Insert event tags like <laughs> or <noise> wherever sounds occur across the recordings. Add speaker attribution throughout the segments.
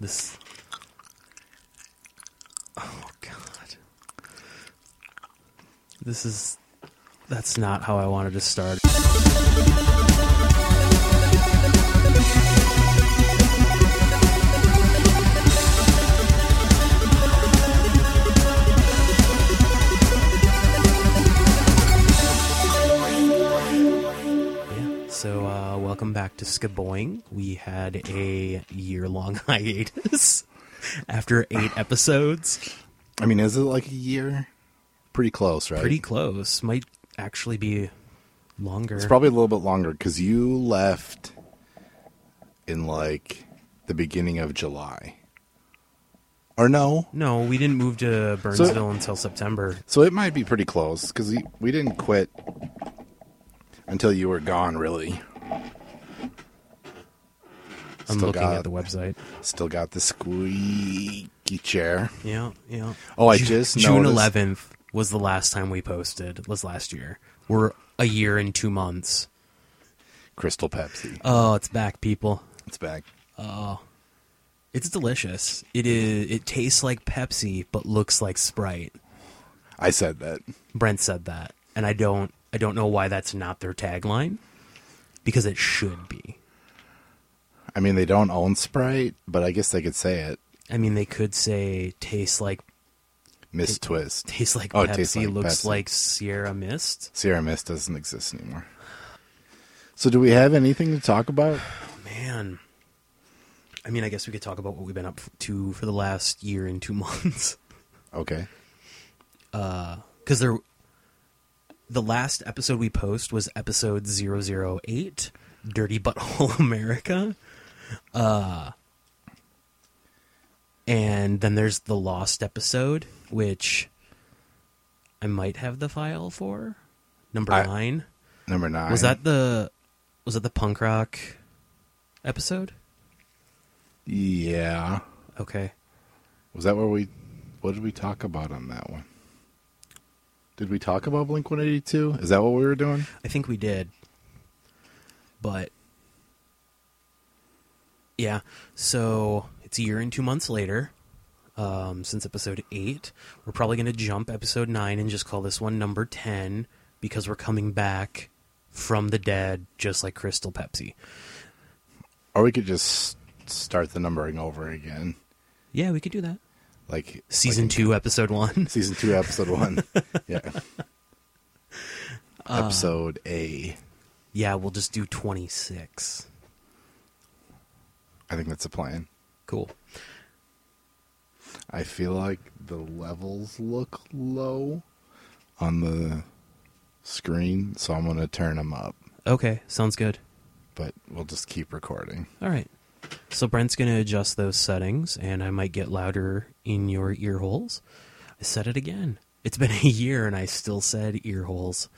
Speaker 1: This. Oh God. This is. That's not how I wanted to start. Yeah. So, uh, welcome back to Skaboing. We had a year long <laughs> hiatus after eight episodes.
Speaker 2: I mean, is it like a year? Pretty close, right?
Speaker 1: Pretty close. Might actually be longer.
Speaker 2: It's probably a little bit longer because you left in like the beginning of July. Or no.
Speaker 1: no, we didn't move to Burnsville until September.
Speaker 2: So it might be pretty close because we, we didn't quit until you were gone, really.
Speaker 1: I'm
Speaker 2: Still
Speaker 1: looking
Speaker 2: got-
Speaker 1: at the website.
Speaker 2: Still got the squeaky chair.
Speaker 1: Yeah, yeah.
Speaker 2: Oh, I
Speaker 1: Ju-
Speaker 2: just
Speaker 1: June
Speaker 2: noticed-
Speaker 1: 11th was the last time we posted. Was last year. We're a year and two months.
Speaker 2: Crystal Pepsi.
Speaker 1: Oh, it's back, people.
Speaker 2: It's back.
Speaker 1: It's delicious. It is. It tastes like Pepsi, but looks like Sprite.
Speaker 2: I said that.
Speaker 1: Brent said that, and I don't. I don't know why that's not their tagline, because it should be.
Speaker 2: I mean, they don't own Sprite, but I guess they could say it.
Speaker 1: I mean, they could say "tastes like
Speaker 2: Miss Twist.
Speaker 1: tastes like
Speaker 2: Oh, it
Speaker 1: Pepsi,
Speaker 2: tastes like
Speaker 1: looks
Speaker 2: Pepsi.
Speaker 1: like Sierra Mist."
Speaker 2: Sierra Mist doesn't exist anymore. So, do we have anything to talk about?
Speaker 1: Man, I mean, I guess we could talk about what we've been up to for the last year and two <laughs> months.
Speaker 2: Okay.
Speaker 1: because there the last episode we post was episode 008 dirty butthole <laughs> america uh and then there's the lost episode which i might have the file for number
Speaker 2: I-
Speaker 1: 9
Speaker 2: Number nine.
Speaker 1: was that the was that the punk rock episode
Speaker 2: Yeah.
Speaker 1: okay
Speaker 2: Was that where we? What did we talk about on that one? Did we talk about Blink One Eighty Two? Is that what we were doing?
Speaker 1: I think we did. But yeah, so it's a year and two months later um, since episode eight. We're probably going to jump episode nine and just call this one number 10 because we're coming back from the dead just like Crystal Pepsi.
Speaker 2: Or we could just start the numbering over again,
Speaker 1: Yeah, we could do that.
Speaker 2: like
Speaker 1: Season two, episode one. <laughs>
Speaker 2: like season two, episode one. Yeah.
Speaker 1: Uh.
Speaker 2: episode A.
Speaker 1: yeah, we'll just do 26.
Speaker 2: I think that's a plan.
Speaker 1: Cool.
Speaker 2: I feel like the levels look low on the screen, so I'm going to turn them up.
Speaker 1: Okay, sounds good.
Speaker 2: But we'll just keep recording.
Speaker 1: All right. So Brent's going to adjust those settings, and I might get louder in your ear holes. I said it again. It's been <laughs> a year, and I still said ear holes.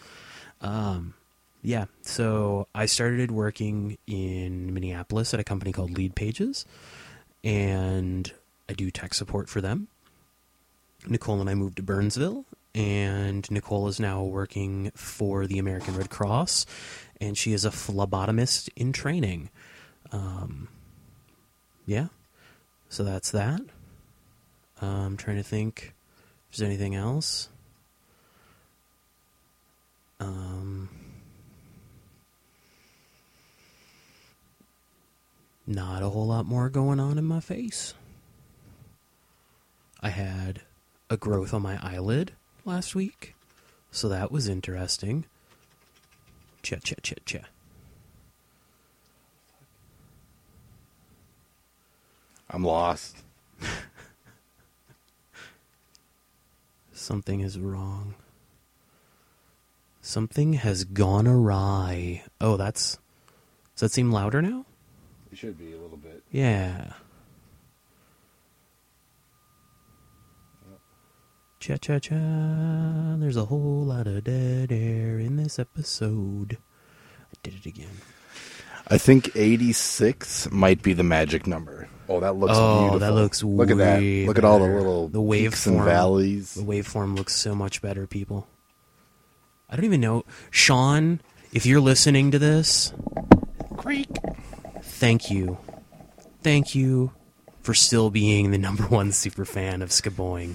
Speaker 1: Um, yeah. So I started working in Minneapolis at a company called Lead Pages, and I do tech support for them. Nicole and I moved to Burnsville, and Nicole is now working for the American Red Cross, and she is a phlebotomist in training. Yeah. So that's that. Uh, I'm trying to think if there's anything else. Um, not a whole lot more going on in my face. I had a growth on my eyelid last week, so that was interesting. Cha cha cha cha.
Speaker 2: I'm lost.
Speaker 1: Something is wrong. Something has gone awry. Oh, that's. Does that seem louder now?
Speaker 2: It should be a little bit.
Speaker 1: Yeah. Cha cha cha. There's a whole lot of dead air in this episode. I did it again.
Speaker 2: I think 86 might be the magic number. Oh, that looks
Speaker 1: oh,
Speaker 2: beautiful.
Speaker 1: that looks
Speaker 2: Look at that.
Speaker 1: way
Speaker 2: Look at all the
Speaker 1: better.
Speaker 2: little
Speaker 1: the
Speaker 2: peaks and valleys.
Speaker 1: The waveform looks so much better, people. I don't even know, Sean. If you're listening to this,
Speaker 2: Creek.
Speaker 1: thank you, thank you for still being the number one super fan of Skaboing.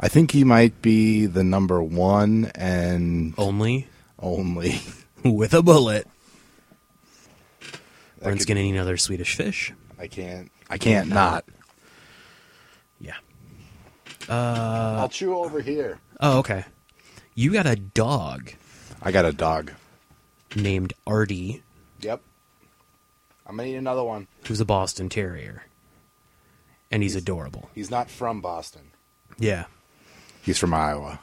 Speaker 2: I think he might be the number one and
Speaker 1: Only
Speaker 2: only. <laughs>
Speaker 1: with a bullet. Brent's
Speaker 2: could-
Speaker 1: gonna need another Swedish fish.
Speaker 2: I can't. I can't not.
Speaker 1: Yeah.
Speaker 2: I'll chew over here.
Speaker 1: Oh, okay. You got a dog
Speaker 2: I got a dog.
Speaker 1: named Artie,
Speaker 2: Yep. I'm gonna need another one.
Speaker 1: who's a Boston Terrier, and he's adorable.
Speaker 2: He's not from Boston.
Speaker 1: Yeah.
Speaker 2: He's from Iowa.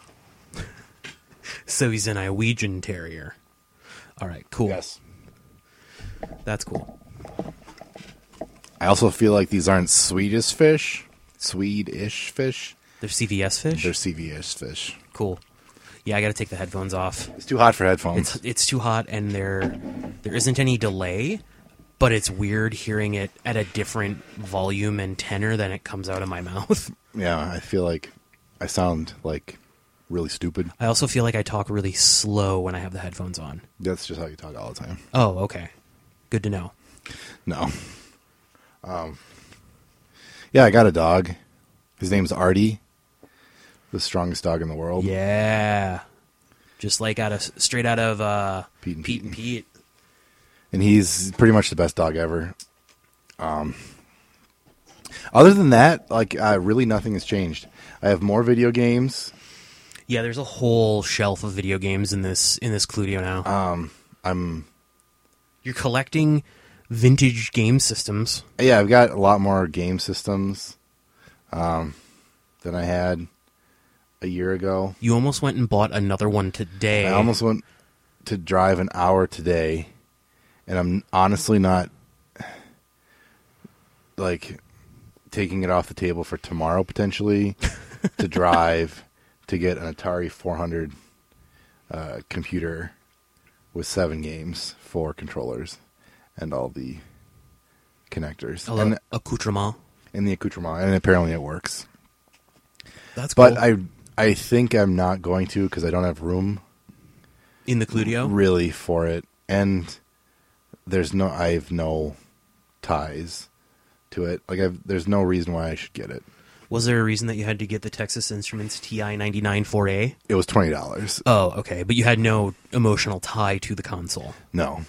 Speaker 1: So he's an Iwegian Terrier. All right, cool.
Speaker 2: Yes.
Speaker 1: That's cool.
Speaker 2: I also feel like these aren't Swedish fish. Swedish fish.
Speaker 1: They're CVS fish.
Speaker 2: They're CVS fish.
Speaker 1: Cool. Yeah, I got to take the headphones off.
Speaker 2: It's too hot for headphones.
Speaker 1: It's it's too hot, and there there isn't any delay, but it's weird hearing it at a different volume and tenor than it comes out of my <laughs> mouth.
Speaker 2: <laughs> yeah, I feel like I sound like really stupid.
Speaker 1: I also feel like I talk really slow when I have the headphones on.
Speaker 2: That's just how you talk all the time.
Speaker 1: Oh, okay. Good to know.
Speaker 2: No. Um. Yeah, I got a dog. His name's Artie. The strongest dog in the world.
Speaker 1: Yeah. Just like out of straight out of uh,
Speaker 2: Pete and
Speaker 1: Pete and Pete.
Speaker 2: and he's pretty much the best dog ever. Um, other than that, like uh, really nothing has changed. I have more video games.
Speaker 1: Yeah, there's a whole shelf of video games in this in this Cludio now.
Speaker 2: Um, I'm
Speaker 1: You're collecting vintage game systems.
Speaker 2: yeah, I've got a lot more game systems um, than I had a year ago.
Speaker 1: You almost went and bought another one today.
Speaker 2: I almost went to drive an hour today, and I'm honestly not like taking it off the table for tomorrow potentially to drive to get an Atari 400 uh, computer with seven games, four controllers, and all the connectors
Speaker 1: a little
Speaker 2: and,
Speaker 1: accoutrement.
Speaker 2: and the accoutrement, and apparently it works.
Speaker 1: That's cool.
Speaker 2: But I I think I'm not going to because I don't have room
Speaker 1: in the Cludio.
Speaker 2: really for it and there's no i have no ties to it like I've, there's no reason why i should get it
Speaker 1: Was there a reason that you had to get the Texas Instruments TI 99 4A?
Speaker 2: it was $20
Speaker 1: Oh, okay. But you had no emotional tie to the console.
Speaker 2: no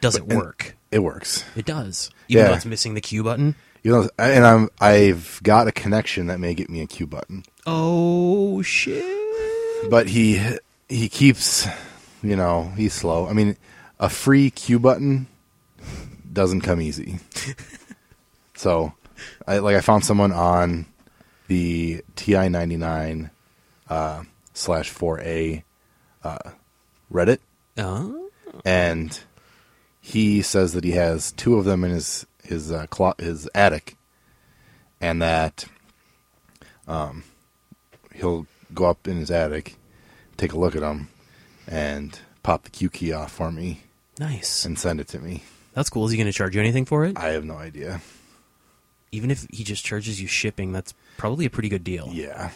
Speaker 1: Does it work?
Speaker 2: it works
Speaker 1: It does. Even though
Speaker 2: Yeah.
Speaker 1: it's missing the Q button.
Speaker 2: you know and i'm i've got a connection that may get me a q button
Speaker 1: Oh, shit.
Speaker 2: but he he keeps you know he's slow i mean a free q button doesn't come easy so i like i found someone on the ti99 uh slash 4a uh reddit
Speaker 1: Oh,
Speaker 2: and he says that he has two of them in his his uh, clo- his attic, and that um, he'll go up in his attic, take a look at them, and pop the Q key off for me
Speaker 1: nice.
Speaker 2: and send it to me.
Speaker 1: That's cool. Is he going to charge you anything for it?
Speaker 2: I have no idea.
Speaker 1: Even if he just charges you shipping, that's probably a pretty good deal.
Speaker 2: Yeah,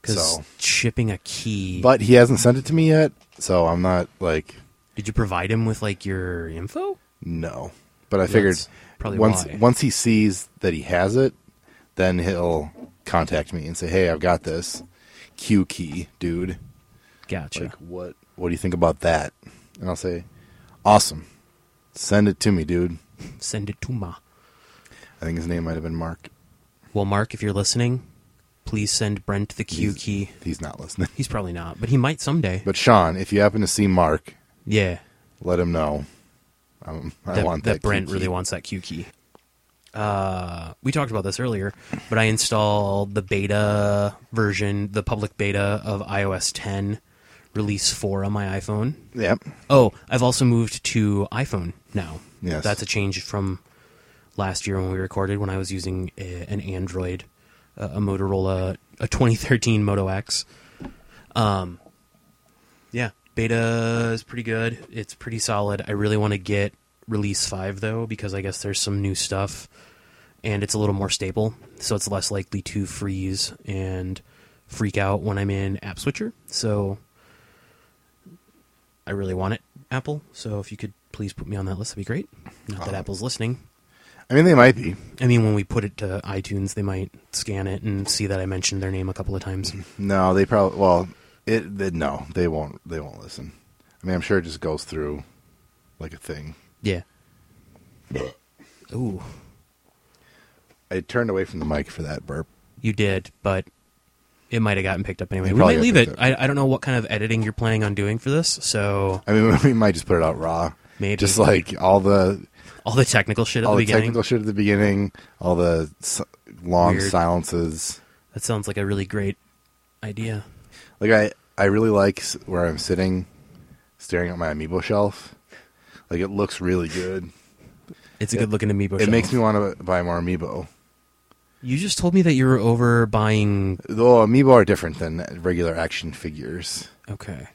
Speaker 1: Because
Speaker 2: so-
Speaker 1: shipping a key.
Speaker 2: but he hasn't sent it to me yet, so I'm not like
Speaker 1: Did you provide him with like your info?
Speaker 2: no. But I figured
Speaker 1: That's probably
Speaker 2: once
Speaker 1: why.
Speaker 2: once he sees that he has it, then he'll contact me and say, "Hey, I've got this Q key, dude."
Speaker 1: Gotcha.
Speaker 2: Like, what what do you think about that? And I'll say, "Awesome. Send it to me, dude."
Speaker 1: Send it to Ma.
Speaker 2: I think his name might have been Mark.
Speaker 1: Well, Mark, if you're listening, please send Brent the Q
Speaker 2: He's-
Speaker 1: key.
Speaker 2: He's not listening. <laughs>
Speaker 1: He's probably not, but he might someday.
Speaker 2: But Sean, if you happen to see Mark,
Speaker 1: yeah,
Speaker 2: let him know. Um, I
Speaker 1: that,
Speaker 2: want
Speaker 1: that
Speaker 2: that, Q
Speaker 1: Brent
Speaker 2: key.
Speaker 1: really wants that Q key. Uh, we talked about this earlier, but I installed the beta version, the public beta of iOS 10 release 4 on my iPhone.
Speaker 2: Yep.
Speaker 1: Oh, I've also moved to iPhone now.
Speaker 2: Yes.
Speaker 1: That's a change from last year when we recorded when I was using a, an Android, uh, a Motorola, a 2013 Moto X. Um, yeah, beta is pretty good. It's pretty solid. I really want to get release 5 though because I guess there's some new stuff and it's a little more stable, so it's less likely to freeze and freak out when I'm in app switcher. So I really want it, Apple. So if you could please put me on that list, that'd be great. Not that
Speaker 2: Uh,
Speaker 1: Apple's listening.
Speaker 2: I mean, they might be.
Speaker 1: I mean, when we put it to iTunes, they might scan it and see that I mentioned their name a couple of times.
Speaker 2: Mm-hmm. No, they probably. Well, it. they- no, they won't. They won't listen. I mean, I'm sure it just goes through like a thing.
Speaker 1: Yeah. Ooh,
Speaker 2: I turned away from the mic for that burp.
Speaker 1: you did, but it might have gotten picked up anyway.
Speaker 2: It
Speaker 1: We
Speaker 2: probably
Speaker 1: might
Speaker 2: got
Speaker 1: leave
Speaker 2: picked
Speaker 1: it.
Speaker 2: up.
Speaker 1: I, I don't know what kind of editing you're planning on doing for this, so
Speaker 2: I mean, <laughs> we might just put it out raw.
Speaker 1: Maybe.
Speaker 2: just like all the
Speaker 1: all the technical shit at
Speaker 2: all
Speaker 1: the
Speaker 2: the,
Speaker 1: beginning.
Speaker 2: technical shit at the beginning, all the s- long
Speaker 1: Weird.
Speaker 2: silences.
Speaker 1: That sounds like a really great idea.
Speaker 2: Like I, I really like s- where I'm sitting, staring at my amiibo shelf. Like it looks really good.
Speaker 1: It's a good looking amiibo.
Speaker 2: It
Speaker 1: shelf.
Speaker 2: makes me want to buy more amiibo.
Speaker 1: You just told me that you were over buying.
Speaker 2: Though amiibo are different than regular action figures.
Speaker 1: Okay.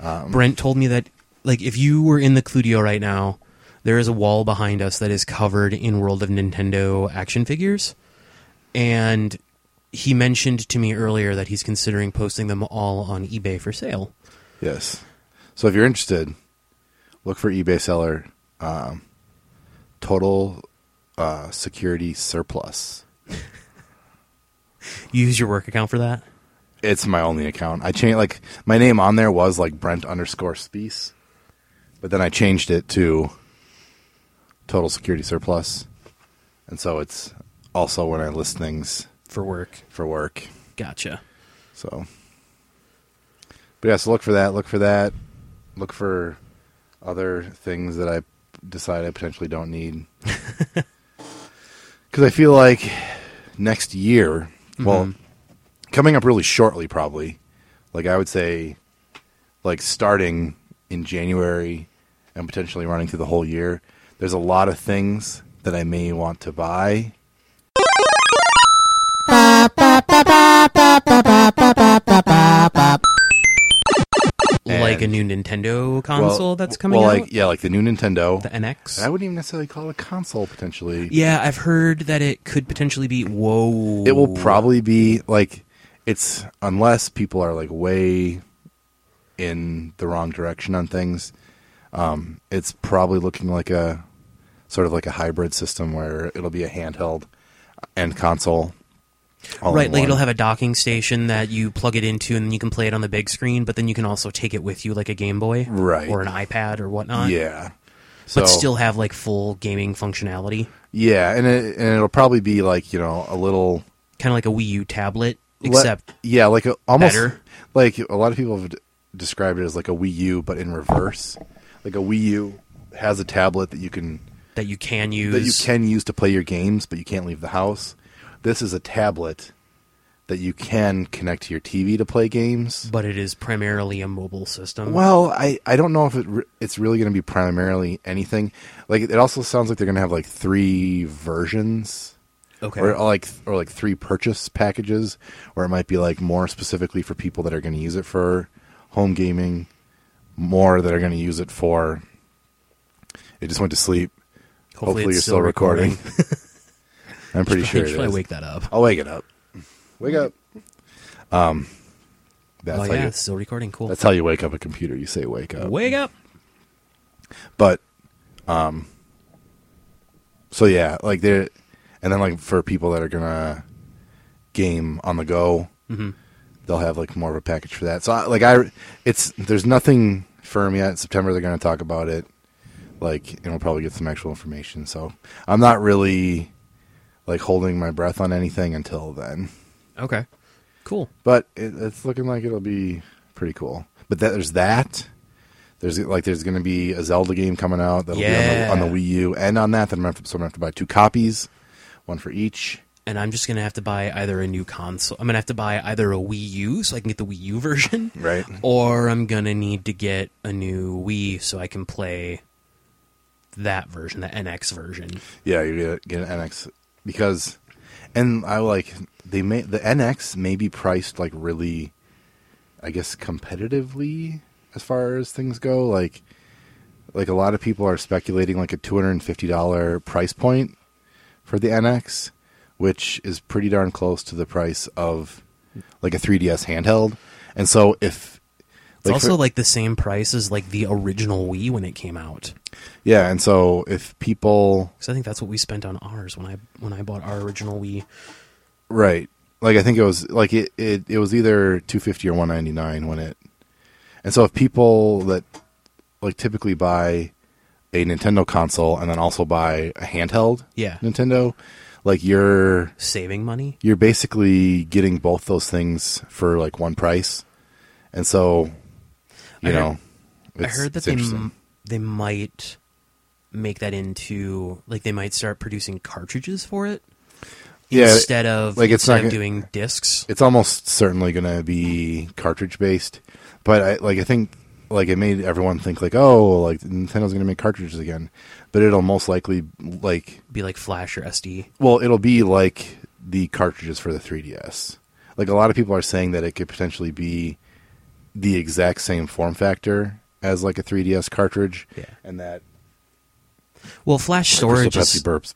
Speaker 2: Um,
Speaker 1: Brent told me that, like, if you were in the Cludio right now, there is a wall behind us that is covered in World of Nintendo action figures, and he mentioned to me earlier that he's considering posting them all on eBay for sale.
Speaker 2: Yes. So if you're interested, look for eBay seller um, total uh, security surplus.
Speaker 1: You use your work account for that.
Speaker 2: It's my only account. I changed like my name on there was like Brent underscore Spies, but then I changed it to total security surplus, and so it's also when I list things
Speaker 1: For work.
Speaker 2: for work.
Speaker 1: Gotcha.
Speaker 2: So, but yeah, so look for that. Look for that. Look for other things that I decide I potentially
Speaker 1: <laughs>
Speaker 2: don't need. Because I feel like next year, well,
Speaker 1: Mm-hmm.
Speaker 2: coming up really shortly, probably, like I would say, like starting in January and potentially running through the whole year, there's a lot of things that I may want to buy.
Speaker 1: like a
Speaker 2: And-
Speaker 1: new Nintendo console
Speaker 2: Well,
Speaker 1: that's coming
Speaker 2: well,
Speaker 1: out.
Speaker 2: Like, yeah, like the new Nintendo.
Speaker 1: the NX.
Speaker 2: I wouldn't even necessarily call it a console potentially.
Speaker 1: Yeah, I've heard that it could potentially be. Whoa!
Speaker 2: It will probably be like it's unless people are like way in the wrong direction on things. Um, it's probably looking like a sort of like a hybrid system where it'll be a handheld and console. all
Speaker 1: right.
Speaker 2: in
Speaker 1: Like
Speaker 2: one.
Speaker 1: it'll have a docking station that you plug it into, and you can play it on the big screen. But then you can also take it with you, like a Game Boy,
Speaker 2: Right.
Speaker 1: or an iPad or whatnot.
Speaker 2: yeah. So
Speaker 1: but still have like full gaming functionality,
Speaker 2: yeah, and it, and it'll probably be like you know a little
Speaker 1: kind of like a Wii U tablet,
Speaker 2: le-
Speaker 1: except
Speaker 2: yeah, like a, almost
Speaker 1: better.
Speaker 2: like a lot of people have d- described it as like a Wii U, but in reverse. Like a Wii U has a tablet that you can
Speaker 1: that you can use.
Speaker 2: that you can use to play your games, but you can't leave the house. This is a tablet that you can connect to your TV to play games.
Speaker 1: but it is primarily a mobile system.
Speaker 2: Well, I, I don't know if it re- it's really going to be primarily anything. Like it also sounds like they're going to have like three versions
Speaker 1: okay.
Speaker 2: or like or like three purchase packages, or it might be like more specifically for people that are going to use it for home gaming, more that are going to use it for. It just went to sleep. Hopefully,
Speaker 1: it's
Speaker 2: you're still recording. I'm pretty sure.
Speaker 1: Should <laughs>
Speaker 2: It
Speaker 1: I
Speaker 2: is.
Speaker 1: wake that up?
Speaker 2: I'll wake it up. Wake up. Um, that's
Speaker 1: oh
Speaker 2: how
Speaker 1: yeah,
Speaker 2: you.
Speaker 1: it's still recording. Cool.
Speaker 2: That's how you wake up a computer. You say wake up.
Speaker 1: Wake up.
Speaker 2: but um so yeah like they're and then like for people that are gonna game on the go they'll have like more of a package for that so I, like i it's there's nothing firm yet september they're gonna talk about it like and we'll probably get some actual information so i'm not really like holding my breath on anything until then
Speaker 1: Okay. Cool.
Speaker 2: but it, it's looking like it'll be pretty cool. But that, there's that. There's like there's going to be a Zelda game coming out that'll
Speaker 1: Yeah.
Speaker 2: be on the, on the Wii U and on that. Then I'm gonna have to, so I'm gonna have to buy two copies, one for each.
Speaker 1: and I'm just gonna have to buy either a new console. I'm gonna have to buy either a Wii U so I can get the Wii U version,
Speaker 2: <laughs> Right.
Speaker 1: Or I'm gonna need to get a new Wii so I can play that version, the NX version.
Speaker 2: Yeah, you get, get an NX because, and I like they may the NX may be priced like really, I guess competitively as far as things go. Like, like a lot of people are speculating like a two hundred and fifty dollar price point for the NX, which is pretty darn close to the price of like a 3DS handheld. And so if
Speaker 1: It's also like the same price as like the original Wii when it came out.
Speaker 2: yeah, and so if people
Speaker 1: Because I think that's what we spent on ours when I when I bought our original Wii.
Speaker 2: right, like I think it was like it it, it was either two fifty or one ninety nine when it, and so if people that like typically buy a Nintendo console and then also buy a handheld
Speaker 1: Yeah.
Speaker 2: Nintendo, like you're
Speaker 1: Saving money.
Speaker 2: you're basically getting both those things for like one price, and so you
Speaker 1: I heard-
Speaker 2: know,
Speaker 1: I heard that
Speaker 2: it's
Speaker 1: they
Speaker 2: interesting.
Speaker 1: m- they might make that into like they might start producing cartridges for it.
Speaker 2: Yeah,
Speaker 1: Instead of
Speaker 2: like, it's
Speaker 1: instead
Speaker 2: not
Speaker 1: of
Speaker 2: gonna-
Speaker 1: doing discs.
Speaker 2: it's almost certainly going to be cartridge based but I, like i think like it made everyone think like oh like nintendo's going to make cartridges again but it'll most likely like
Speaker 1: be like flash or SD.
Speaker 2: well it'll be like the cartridges for the 3ds like a lot of people are saying that it could potentially be the exact same form factor as like a 3ds cartridge
Speaker 1: Yeah.
Speaker 2: and that
Speaker 1: Well, flash
Speaker 2: Crystal
Speaker 1: storage
Speaker 2: Pepsi
Speaker 1: is
Speaker 2: burps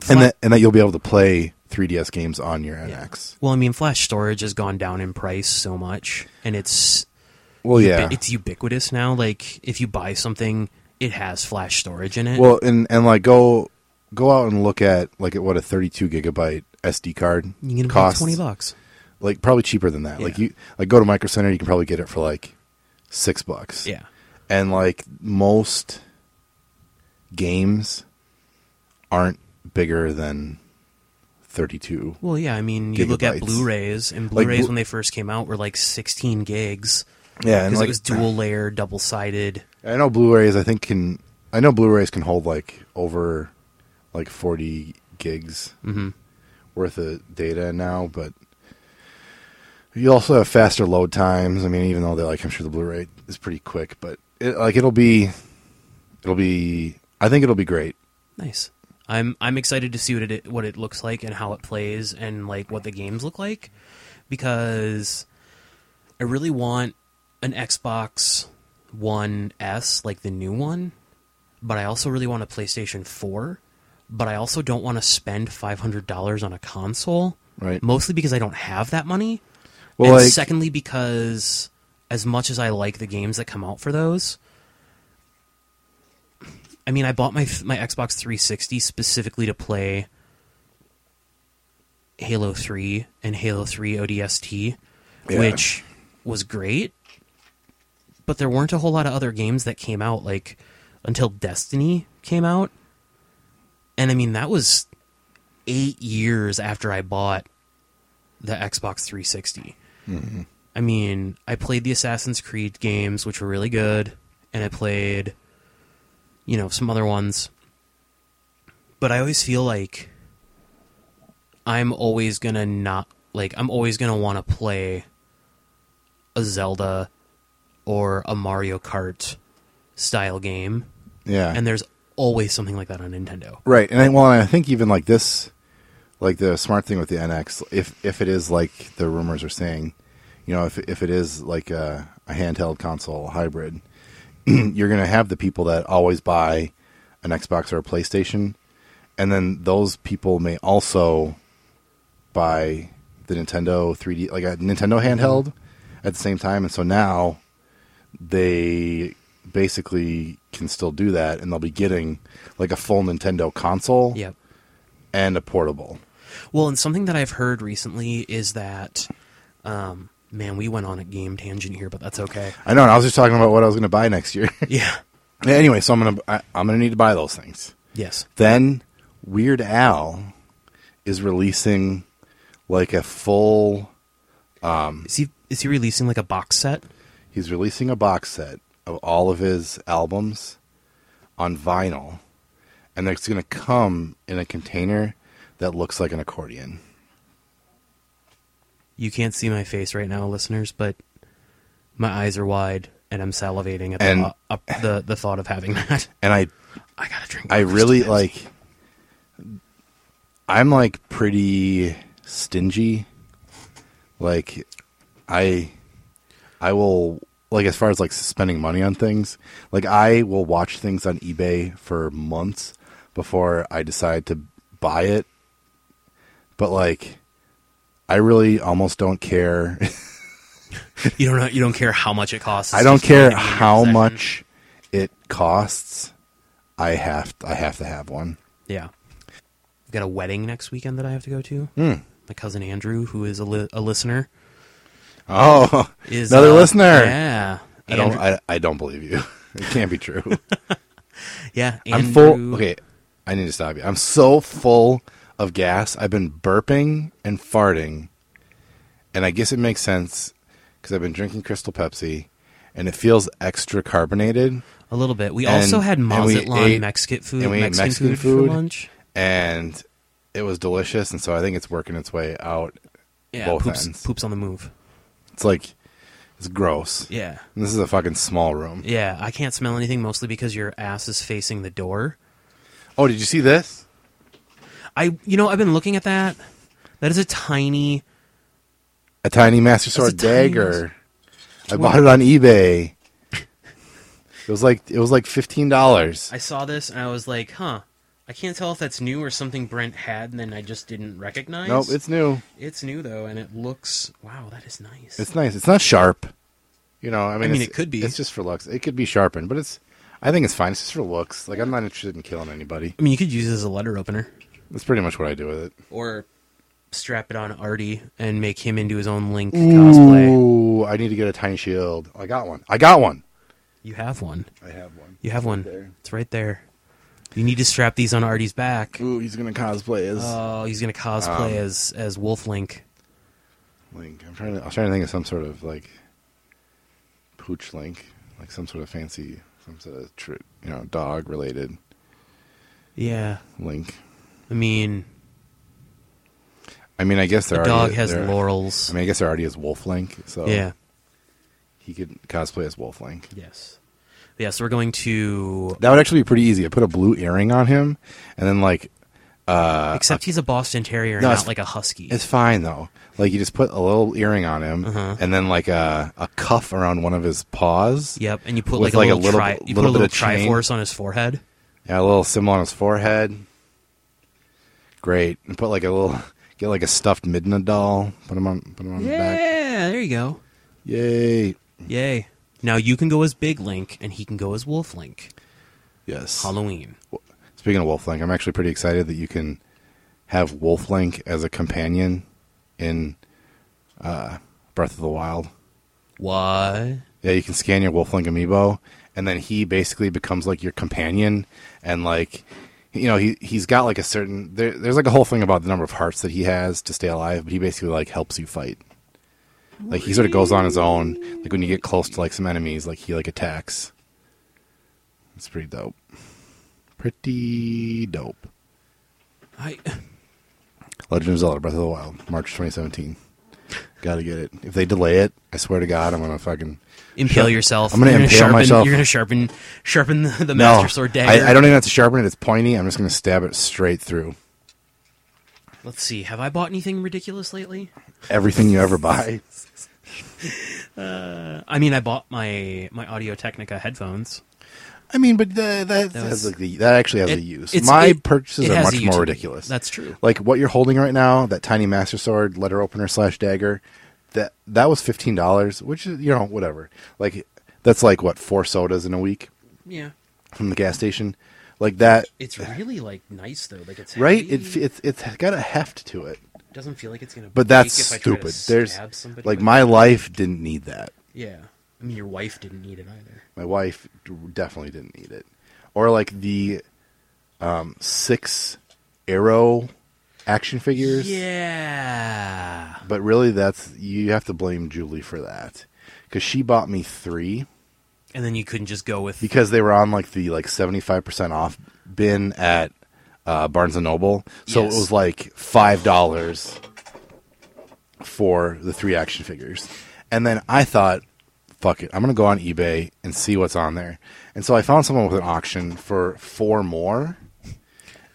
Speaker 1: fla-
Speaker 2: and that and that you'll be able to play 3ds games on your nx
Speaker 1: Well, I mean, flash storage has gone down in price so much, and it's
Speaker 2: well yeah
Speaker 1: it's ubiquitous now. Like if you buy something, it has flash storage in it.
Speaker 2: Well, and and like go go out and look at like at what a 32 gigabyte SD card
Speaker 1: you can buy
Speaker 2: costs.
Speaker 1: twenty bucks.
Speaker 2: Like probably cheaper than that. Like
Speaker 1: Yeah.
Speaker 2: you like go to Micro Center, you can probably get it for like six bucks.
Speaker 1: Yeah,
Speaker 2: And like most games aren't bigger than 32.
Speaker 1: Well, yeah, I mean, you look at
Speaker 2: Gigabytes.
Speaker 1: Blu-rays, and Blu-rays
Speaker 2: blu-
Speaker 1: when they first came out were like 16 gigs
Speaker 2: Yeah, and
Speaker 1: because
Speaker 2: like
Speaker 1: it was
Speaker 2: <laughs>
Speaker 1: dual layer, double sided.
Speaker 2: I know Blu-rays. I think can I know Blu-rays can hold like over like forty gigs worth of data now, but you also have faster load times. I mean, even though they like I'm sure the Blu-ray is pretty quick, but it, like it'll be it'll be I think it'll be great.
Speaker 1: Nice. I'm I'm excited to see what it what it looks like and how it plays and like what the games look like because I really want an Xbox One S like the new one, but I also really want a PlayStation 4, but I also don't want to spend $500 on a console.
Speaker 2: Right.
Speaker 1: Mostly because I don't have that money.
Speaker 2: Well,
Speaker 1: and
Speaker 2: like-
Speaker 1: secondly, because as much as I like the games that come out for those, I mean, I bought my my Xbox 360 specifically to play Halo 3 and Halo 3 ODST,
Speaker 2: Yeah.
Speaker 1: which was great. But there weren't a whole lot of other games that came out like until Destiny came out. And I mean, that was 8 years after I bought the Xbox 360. I mean, I played the Assassin's Creed games, which were really good, and I played, you know, some other ones. But I always feel like I'm always gonna not like I'm always gonna want to play a Zelda or a Mario Kart style game,
Speaker 2: Yeah,
Speaker 1: and there's always something like that on Nintendo.
Speaker 2: Right, and I, well, and I think even like this, like the smart thing with the NX, if if it is like the rumors are saying, you know, if if it is like a, a handheld console hybrid, <clears throat> you're gonna have the people that always buy an Xbox or a PlayStation, and then those people may also buy the Nintendo 3D, like a Nintendo handheld, at the same time, and so now they basically can still do that and they'll be getting like a full Nintendo console
Speaker 1: Yep.
Speaker 2: and a portable.
Speaker 1: Well, and something that I've heard recently is that, um, man, we went on a game tangent here, but that's okay.
Speaker 2: I know, and I was just talking about what I was going to buy next year. <laughs>
Speaker 1: Yeah.
Speaker 2: anyway, so I'm going to I'm going to need to buy those things.
Speaker 1: Yes.
Speaker 2: Then Weird Al is releasing like a full
Speaker 1: Is he is he releasing like a box set?
Speaker 2: he's releasing a box set of all of his albums on vinyl and it's going to come in a container that looks like an accordion.
Speaker 1: You can't see my face right now, listeners, but my eyes are wide and I'm salivating at
Speaker 2: And-
Speaker 1: the, up the the thought of having <laughs> that.
Speaker 2: And I
Speaker 1: I gotta drink.
Speaker 2: I
Speaker 1: more
Speaker 2: really
Speaker 1: Crystal Pepsi.
Speaker 2: like. I'm like pretty stingy. Like, I, I will like as far as like spending money on things. Like I will watch things on eBay for months before I decide to buy it. But like, I really almost don't care
Speaker 1: <laughs>
Speaker 2: <laughs>
Speaker 1: You don't know, you don't care how much it costs.
Speaker 2: I
Speaker 1: It's
Speaker 2: don't
Speaker 1: just gonna
Speaker 2: care
Speaker 1: be in your
Speaker 2: how
Speaker 1: possession.
Speaker 2: much it costs. I have I have to have one.
Speaker 1: Yeah. I've got a wedding next weekend that I have to go to.
Speaker 2: Hmm.
Speaker 1: My cousin Andrew, who is a, li- a listener,
Speaker 2: <laughs> Oh,
Speaker 1: is
Speaker 2: another
Speaker 1: uh,
Speaker 2: listener.
Speaker 1: Yeah.
Speaker 2: I don't.
Speaker 1: Andrew-
Speaker 2: I, I don't believe you. <laughs> It can't be
Speaker 1: <laughs>
Speaker 2: true.
Speaker 1: yeah. Andrew,
Speaker 2: I'm full. Okay, I need to stop you. I'm so full of gas. I've been burping and farting, and I guess it makes sense because I've been drinking Crystal Pepsi, and it feels extra carbonated.
Speaker 1: A little bit. We
Speaker 2: And-
Speaker 1: also had
Speaker 2: and we
Speaker 1: Mazatlan
Speaker 2: ate-
Speaker 1: Mexican food.
Speaker 2: and we ate
Speaker 1: Mexican,
Speaker 2: Mexican
Speaker 1: food,
Speaker 2: food.
Speaker 1: for lunch.
Speaker 2: and it was delicious and so i think it's working its way out
Speaker 1: Yeah.
Speaker 2: both
Speaker 1: poops,
Speaker 2: ends
Speaker 1: poops on the move.
Speaker 2: it's like it's gross
Speaker 1: Yeah.
Speaker 2: and this is a fucking small room
Speaker 1: Yeah. I can't smell anything mostly because your ass is facing the door.
Speaker 2: oh did you see this
Speaker 1: I, you know, I've been looking at that. That is a tiny.
Speaker 2: a tiny master sword
Speaker 1: That's a tiny
Speaker 2: dagger i bought it on ebay it was like it was like $15
Speaker 1: I saw this and I was like, huh. I can't tell if that's new or something Brent had and then I just didn't recognize.
Speaker 2: nope it's new
Speaker 1: It's new though, and it looks wow. That is nice.
Speaker 2: it's nice it's not sharp you know i mean,
Speaker 1: mean,
Speaker 2: it's-
Speaker 1: it could be.
Speaker 2: it's just for looks it could be sharpened but it's i think it's fine it's just for looks like i'm not interested in killing anybody
Speaker 1: I mean, you could use it as a letter opener,
Speaker 2: that's pretty much what i do with it
Speaker 1: or strap it on Artie and make him into his own Link cosplay.
Speaker 2: Ooh, I need to get a tiny shield. I got one. I got one.
Speaker 1: You have one.
Speaker 2: I have one.
Speaker 1: You have one.
Speaker 2: There.
Speaker 1: It's right there. You need to strap these on Artie's back.
Speaker 2: Ooh, Um, he's gonna cosplay as
Speaker 1: Oh, he's gonna cosplay as as Wolf Link.
Speaker 2: Link. I'm trying to. I'm trying to think of some sort of like pooch Link, like some sort of fancy, some sort of tr- you know dog related
Speaker 1: Yeah,
Speaker 2: Link.
Speaker 1: I mean,
Speaker 2: I mean, I guess there
Speaker 1: the
Speaker 2: already,
Speaker 1: dog has
Speaker 2: there-
Speaker 1: laurels.
Speaker 2: I mean, I guess there already is Wolf Link, so
Speaker 1: yeah.
Speaker 2: he could cosplay as Wolf Link.
Speaker 1: Yes. Yeah. So we're going to.
Speaker 2: That would actually be pretty easy. I put a blue earring on him, and then like
Speaker 1: except he's a Boston Terrier, and
Speaker 2: No,
Speaker 1: not
Speaker 2: it's-
Speaker 1: like a husky.
Speaker 2: It's fine though. Like you just put a little earring on him,
Speaker 1: Uh-huh.
Speaker 2: and then like a a cuff around one of his paws.
Speaker 1: Yep, and you put like
Speaker 2: With
Speaker 1: a
Speaker 2: like a
Speaker 1: little,
Speaker 2: little-
Speaker 1: tri- you put a
Speaker 2: little
Speaker 1: little
Speaker 2: bit of chain.
Speaker 1: triforce on his forehead.
Speaker 2: Yeah, a little symbol on his forehead. Great. And put like a little <laughs> get like a stuffed Midna doll. Put him on. Put him on his back.
Speaker 1: Yeah, there you go.
Speaker 2: Yay.
Speaker 1: Yay. Now you can go as Big Link, and he can go as Wolf Link.
Speaker 2: Yes.
Speaker 1: Halloween.
Speaker 2: Speaking of Wolf Link, I'm actually pretty excited that you can have Wolf Link as a companion in uh, Breath of the Wild.
Speaker 1: What?
Speaker 2: Yeah, you can scan your Wolfling amiibo, and then he basically becomes like your companion, and like, you know, he he's got like a certain there, there's like a whole thing about the number of hearts that he has to stay alive, but he basically like helps you fight. Like he sort of goes on his own. Like when you get close to like some enemies, like he like attacks. It's pretty dope. Pretty dope.
Speaker 1: I
Speaker 2: Legend of Zelda: Breath of the Wild, March 2017. Got to get it. If they delay it, I swear to God, I'm gonna fucking.
Speaker 1: impale
Speaker 2: Sure.
Speaker 1: yourself.
Speaker 2: I'm gonna
Speaker 1: You're
Speaker 2: impale
Speaker 1: sharpen,
Speaker 2: myself.
Speaker 1: You're gonna sharpen sharpen the, the Master Sword dagger.
Speaker 2: I, I don't even have to sharpen it. It's pointy. I'm just going to stab it straight through.
Speaker 1: Let's see. Have I bought anything ridiculous lately?
Speaker 2: Everything you ever buy.
Speaker 1: I mean, I bought my my Audio Technica headphones.
Speaker 2: <laughs> I mean, but the, that
Speaker 1: That
Speaker 2: has,
Speaker 1: was-
Speaker 2: like the, that actually has
Speaker 1: It-
Speaker 2: a use.
Speaker 1: it's-
Speaker 2: My
Speaker 1: it-
Speaker 2: purchases
Speaker 1: it
Speaker 2: are
Speaker 1: has
Speaker 2: much
Speaker 1: a
Speaker 2: more
Speaker 1: utility.
Speaker 2: ridiculous.
Speaker 1: That's true.
Speaker 2: Like what you're holding right now, that tiny master sword, letter opener slash dagger. That that was fifteen dollars, which is you know whatever. Like that's like what four sodas in a week
Speaker 1: Yeah,
Speaker 2: from the gas station. Like that,
Speaker 1: it's really like nice though. Like it's
Speaker 2: right? It,
Speaker 1: It,
Speaker 2: f- it's it's got a heft to it.
Speaker 1: doesn't feel like it's gonna.
Speaker 2: But that's
Speaker 1: break if I try to
Speaker 2: stupid. There's
Speaker 1: stab somebody
Speaker 2: like
Speaker 1: with-
Speaker 2: my life didn't need that.
Speaker 1: Yeah, I mean, your wife didn't need it either.
Speaker 2: My wife d- definitely didn't need it. Or like the um, six arrow action figures.
Speaker 1: Yeah.
Speaker 2: But really, that's you have to blame Julie for that because she bought me three
Speaker 1: And then you couldn't just go with
Speaker 2: because they were on like the like seventy five percent off bin at uh, Barnes and Noble. So
Speaker 1: Yes.
Speaker 2: it was like five dollars for the three action figures, and then I thought, "Fuck it, I'm gonna go on eBay and see what's on there." And so I found someone with an auction for four more.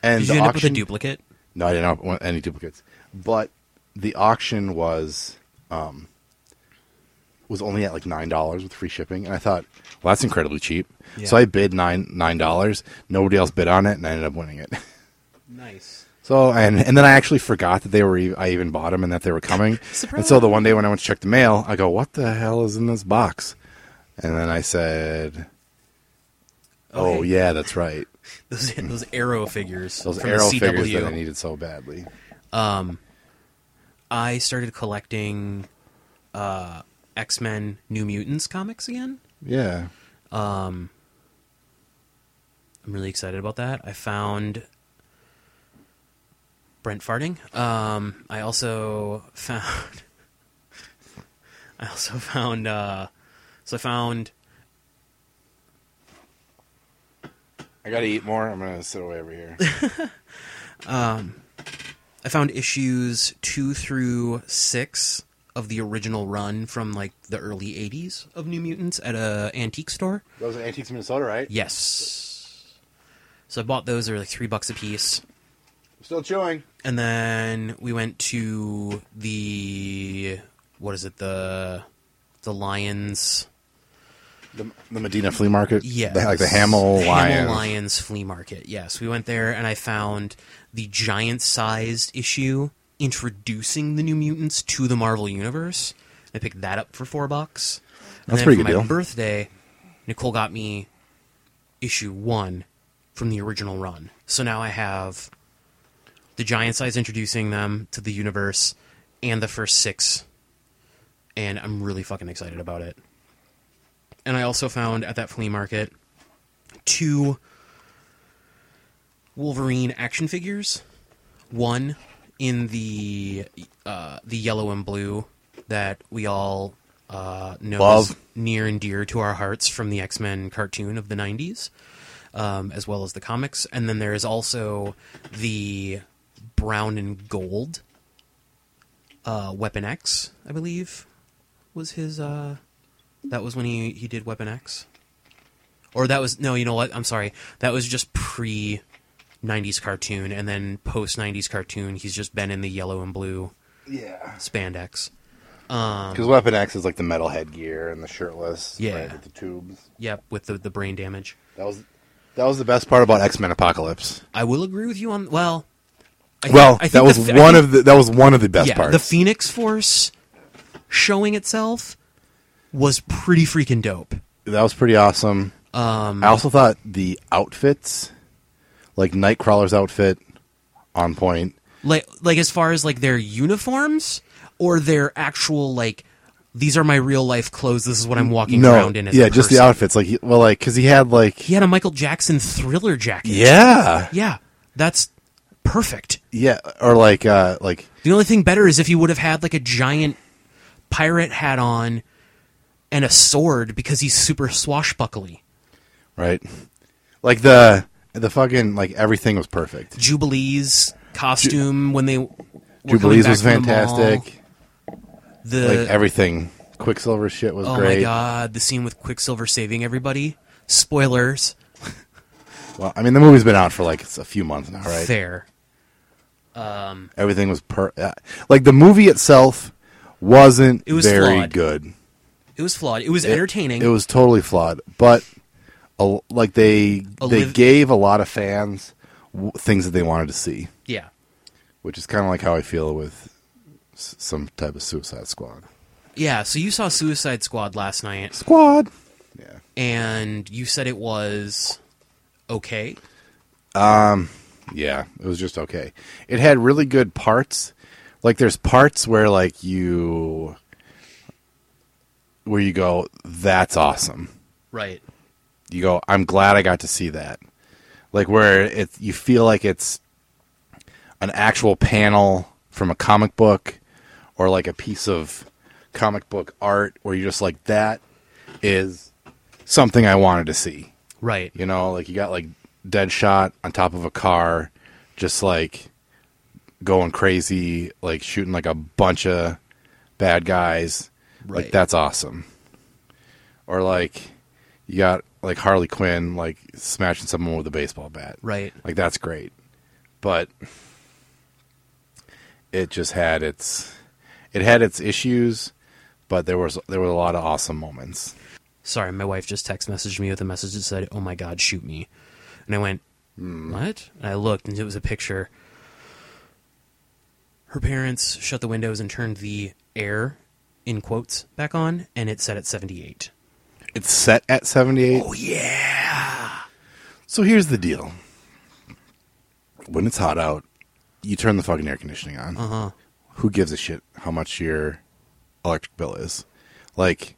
Speaker 2: And
Speaker 1: Did
Speaker 2: the
Speaker 1: you end up with
Speaker 2: auction,
Speaker 1: a duplicate?
Speaker 2: no, I didn't want any duplicates. But the auction was um, was only at like nine dollars with free shipping, and I thought, well, that's incredibly cheap.
Speaker 1: Yeah.
Speaker 2: So I bid nine nine dollars. Nobody else bid on it, and I ended up winning it.
Speaker 1: Nice.
Speaker 2: <laughs> So and and then I actually forgot that they were e- I even bought them and that they were
Speaker 1: <laughs>
Speaker 2: coming. and so the one day when I went to check the mail, I go, "What the hell is in this box?" And then I said, "Oh
Speaker 1: Okay.
Speaker 2: yeah,
Speaker 1: <laughs>
Speaker 2: that's right.
Speaker 1: Those those arrow figures.
Speaker 2: Those
Speaker 1: from
Speaker 2: arrow
Speaker 1: the CW.
Speaker 2: figures that I needed so badly."
Speaker 1: I started collecting uh, X Men New Mutants comics again.
Speaker 2: Yeah,
Speaker 1: I'm really excited about that. I found Brent farting. Um, I also found. <laughs> I also found. Uh, so I found.
Speaker 2: I gotta eat more. I'm gonna sit away
Speaker 1: <laughs>
Speaker 2: over here.
Speaker 1: I found issues two through six of the original run from like the early '80s of New Mutants at a antique store.
Speaker 2: that was Antiques Minnesota, right?
Speaker 1: Yes. So I bought those. They're like three bucks a piece.
Speaker 2: I'm still chewing.
Speaker 1: And then we went to the what is it the the Lions?
Speaker 2: The, the Medina Flea Market.
Speaker 1: Yes,
Speaker 2: The- like the Hamel Lion.
Speaker 1: Hamel Lions flea market. Yes, we went there and I found the giant-sized issue introducing the New Mutants to the Marvel Universe. I picked that up for four bucks. And
Speaker 2: That's
Speaker 1: then
Speaker 2: pretty
Speaker 1: for
Speaker 2: good
Speaker 1: my
Speaker 2: deal.
Speaker 1: birthday, Nicole got me issue one from the original run. So now I have the giant size introducing them to the universe and the first six. And I'm really fucking excited about it. And I also found at that flea market two Wolverine action figures. One in the uh, the yellow and blue that we all uh, know
Speaker 2: Love.
Speaker 1: is near and dear to our hearts from the X Men cartoon of the '90s, um, as well as the comics. And then there is also the brown and gold uh, Weapon X, I believe, was his. Uh, that was when he he did Weapon X, or that was no. You know what? I'm sorry. That was just pre. 90s cartoon and then post 90s cartoon he's just been in the yellow and blue
Speaker 2: Yeah.
Speaker 1: spandex
Speaker 2: Because Weapon X is like the metal headgear and the shirtless.
Speaker 1: Um, Yeah.
Speaker 2: right, with the tubes.
Speaker 1: yep with the, the brain damage
Speaker 2: That was that was the best part about X Men Apocalypse.
Speaker 1: i will agree with you on well I think-
Speaker 2: Well,
Speaker 1: I think
Speaker 2: that was
Speaker 1: the- I
Speaker 2: one
Speaker 1: think-
Speaker 2: of the that was one of the best
Speaker 1: yeah,
Speaker 2: parts.
Speaker 1: The Phoenix Force showing itself was pretty freaking dope.
Speaker 2: that was pretty awesome. Um, I also thought the outfits, like Nightcrawler's outfit, on point.
Speaker 1: Like like as far as like their uniforms or their actual like these are my real life clothes. This is what I'm walking
Speaker 2: No,
Speaker 1: around in. As
Speaker 2: yeah,
Speaker 1: a
Speaker 2: just the
Speaker 1: person.
Speaker 2: outfits. Like, he- well, like because he had like
Speaker 1: He had a Michael Jackson thriller jacket.
Speaker 2: yeah,
Speaker 1: yeah, that's perfect.
Speaker 2: yeah, or like uh like
Speaker 1: The only thing better is if he would have had like a giant pirate hat on and a sword because he's super swashbuckly.
Speaker 2: right, like the the fucking like everything was perfect.
Speaker 1: Jubilee's costume when they were coming
Speaker 2: Jubilees
Speaker 1: back
Speaker 2: was
Speaker 1: from the mall.
Speaker 2: fantastic.
Speaker 1: The,
Speaker 2: like everything, Quicksilver shit was
Speaker 1: oh
Speaker 2: great.
Speaker 1: my god, the scene with Quicksilver saving everybody. Spoilers.
Speaker 2: Well, I mean, the movie's been out for like a few months now, right?
Speaker 1: Fair.
Speaker 2: Everything was per uh, like the movie itself wasn't
Speaker 1: It was
Speaker 2: very
Speaker 1: flawed.
Speaker 2: good.
Speaker 1: It was flawed. It was
Speaker 2: It-
Speaker 1: entertaining.
Speaker 2: It, was totally flawed, but a, like they they
Speaker 1: Oliv-
Speaker 2: gave a lot of fans w- things that they wanted to see,
Speaker 1: yeah.
Speaker 2: which is kind of like how I feel with s- some type of Suicide Squad.
Speaker 1: Yeah, so you saw Suicide Squad last night
Speaker 2: Squad. Yeah.
Speaker 1: and you said it was okay.
Speaker 2: Yeah, it was just okay. It had really good parts. Like there's parts where like you where you go, that's awesome.
Speaker 1: Right.
Speaker 2: You go, I'm glad I got to see that. Like where it you feel like it's an actual panel from a comic book or like a piece of comic book art where you're just like that is something I wanted to see.
Speaker 1: Right.
Speaker 2: You know, like you got like Deadshot on top of a car, just like going crazy, like shooting like a bunch of bad guys.
Speaker 1: Right.
Speaker 2: Like that's awesome. Or like you got like Harley Quinn like smashing someone with a baseball bat.
Speaker 1: Right.
Speaker 2: Like that's great. But it just had its it had its issues, but there was there were a lot of awesome moments.
Speaker 1: sorry, my wife just text messaged me with a message that said, oh my god, shoot me. And I went, what? And I looked and it was a picture her parents shut the windows and turned the air in quotes back on, and it set at 78.
Speaker 2: It's set at 78.
Speaker 1: Oh, yeah.
Speaker 2: So here's the deal. When it's hot out, you turn the fucking air conditioning on.
Speaker 1: Uh huh.
Speaker 2: Who gives a shit how much your electric bill is? Like,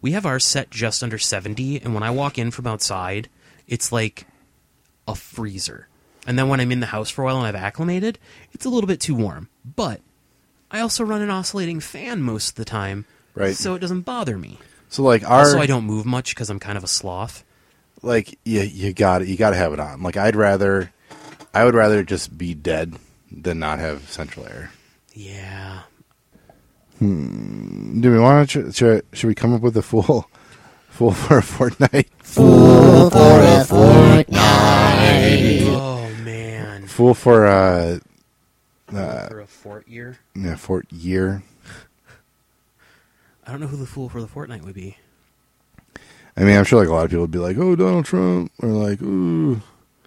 Speaker 1: We have ours set just under 70, and when I walk in from outside, it's like a freezer. And then when I'm in the house for a while and I've acclimated, it's a little bit too warm. But I also run an oscillating fan most of the time,
Speaker 2: Right.
Speaker 1: so it doesn't bother me.
Speaker 2: so like our
Speaker 1: also, I don't move much because I'm kind of a sloth.
Speaker 2: like you you got to you got to have it on. Like I'd rather I would rather just be dead than not have central air.
Speaker 1: Yeah.
Speaker 2: Do we want to should, should we come up with a full <laughs> full for a fortnight?
Speaker 1: Oh, man.
Speaker 2: Full for uh
Speaker 1: for a fort year?
Speaker 2: yeah, fort year.
Speaker 1: I don't know who the fool for the Fortnite would be.
Speaker 2: I mean, I'm sure like a lot of people would be like, "Oh, Donald Trump," or like, "Ooh,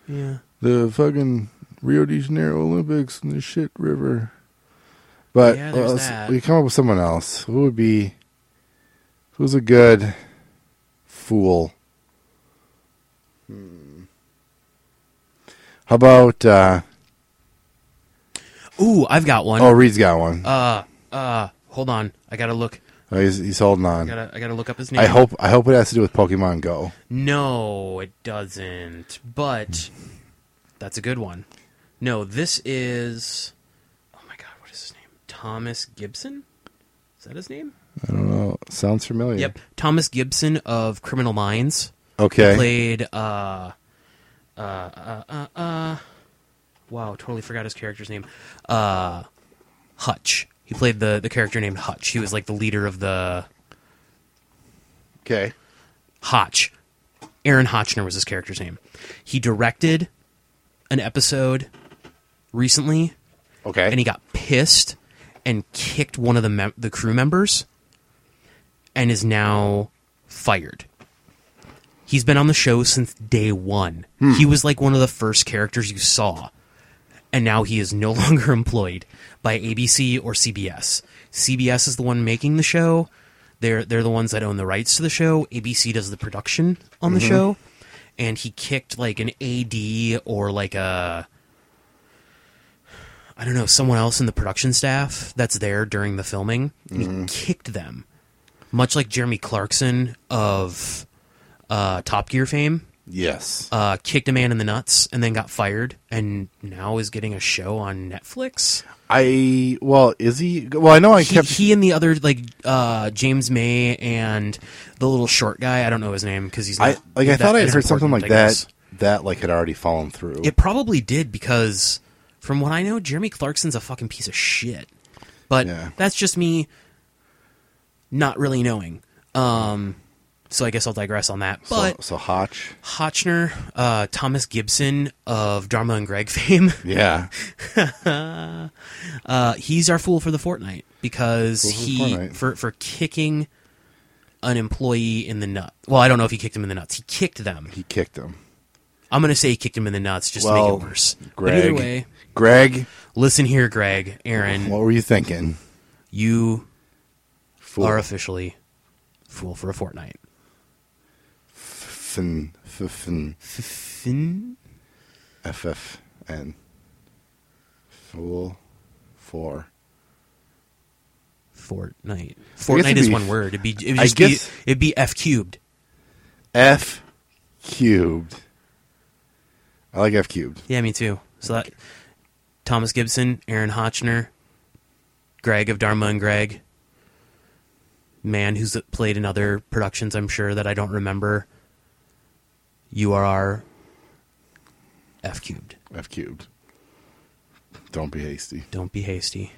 Speaker 1: Yeah.
Speaker 2: the fucking Rio de Janeiro Olympics and the shit river." But
Speaker 1: Yeah, there's
Speaker 2: well, let's-
Speaker 1: that.
Speaker 2: we come up with someone else. Who would be? Who's a good fool? Hmm. How about? uh
Speaker 1: Ooh, I've got one.
Speaker 2: Oh, Reed's got one.
Speaker 1: Uh, uh, hold on. I gotta look.
Speaker 2: oh, he's, he's holding
Speaker 1: I
Speaker 2: on.
Speaker 1: gotta, I gotta look up his name.
Speaker 2: I hope. I hope it has to do with Pokemon Go.
Speaker 1: No, it doesn't. But that's a good one. No, this is. Oh my god, what is his name? Thomas Gibson? Is that his name?
Speaker 2: I don't know. Sounds familiar.
Speaker 1: Yep. Thomas Gibson of Criminal Minds.
Speaker 2: Okay.
Speaker 1: Played, uh, uh, uh, uh, uh. Wow, totally forgot his character's name. Uh, Hutch. He played the, the character named Hutch. He was like the leader of the
Speaker 2: Okay.
Speaker 1: Hotch. Aaron Hotchner was his character's name. He directed an episode recently,
Speaker 2: Okay.
Speaker 1: and he got pissed and kicked one of the mem- the crew members, and is now fired. He's been on the show since day one. He was like one of the first characters you saw, and now he is no <laughs> longer employed by ABC or CBS. CBS is the one making the show. They're they're the ones that own the rights to the show. ABC does the production on the show, and he kicked like an AD or like a I don't know someone else in the production staff that's there during the filming. And
Speaker 2: Mm-hmm.
Speaker 1: He kicked them, much like Jeremy Clarkson of uh, Top Gear fame
Speaker 2: yes.
Speaker 1: uh, kicked a man in the nuts and then got fired and now is getting a show on Netflix.
Speaker 2: I well, is he? Well, I know I
Speaker 1: He,
Speaker 2: kept.
Speaker 1: he and the other like uh, James May and the little short guy. I don't know his name because he's not
Speaker 2: I like. I
Speaker 1: that
Speaker 2: thought I had
Speaker 1: as
Speaker 2: heard something
Speaker 1: important,
Speaker 2: like
Speaker 1: I
Speaker 2: that.
Speaker 1: guess.
Speaker 2: That like had already fallen through.
Speaker 1: It probably did because from what I know, Jeremy Clarkson's a fucking piece of shit. But
Speaker 2: Yeah.
Speaker 1: that's just me not really knowing. Um, so I guess I'll digress on that.
Speaker 2: so,
Speaker 1: But
Speaker 2: so Hotch.
Speaker 1: Hotchner, uh, Thomas Gibson of Drama and Greg <laughs> fame.
Speaker 2: Yeah.
Speaker 1: Uh, he's our fool for the Fortnite because
Speaker 2: Fool for the
Speaker 1: he
Speaker 2: Fortnite.
Speaker 1: for for kicking an employee in the nut. Well, I don't know if he kicked him in the nuts. He kicked them.
Speaker 2: He kicked him.
Speaker 1: I'm gonna say he kicked him in the nuts just to
Speaker 2: Well,
Speaker 1: make it worse. But
Speaker 2: Greg.
Speaker 1: either way,
Speaker 2: Greg,
Speaker 1: listen here, Greg, Aaron,
Speaker 2: what were you thinking?
Speaker 1: you
Speaker 2: Fool.
Speaker 1: are officially fool for a Fortnite.
Speaker 2: Fin, f- fin,
Speaker 1: Fin?
Speaker 2: FF and fool for.
Speaker 1: Fortnite.
Speaker 2: it'd
Speaker 1: Fortnite is
Speaker 2: be-
Speaker 1: one word. It'd be it'd
Speaker 2: I
Speaker 1: just be-
Speaker 2: guess-
Speaker 1: it'd be f cubed.
Speaker 2: F cubed. I like F cubed.
Speaker 1: Yeah, me too. So that Thomas Gibson, Aaron Hotchner, Greg of Dharma and Greg, man who's played in other productions, I'm sure that I don't remember. You are our F cubed.
Speaker 2: F cubed. Don't be hasty.
Speaker 1: Don't be hasty.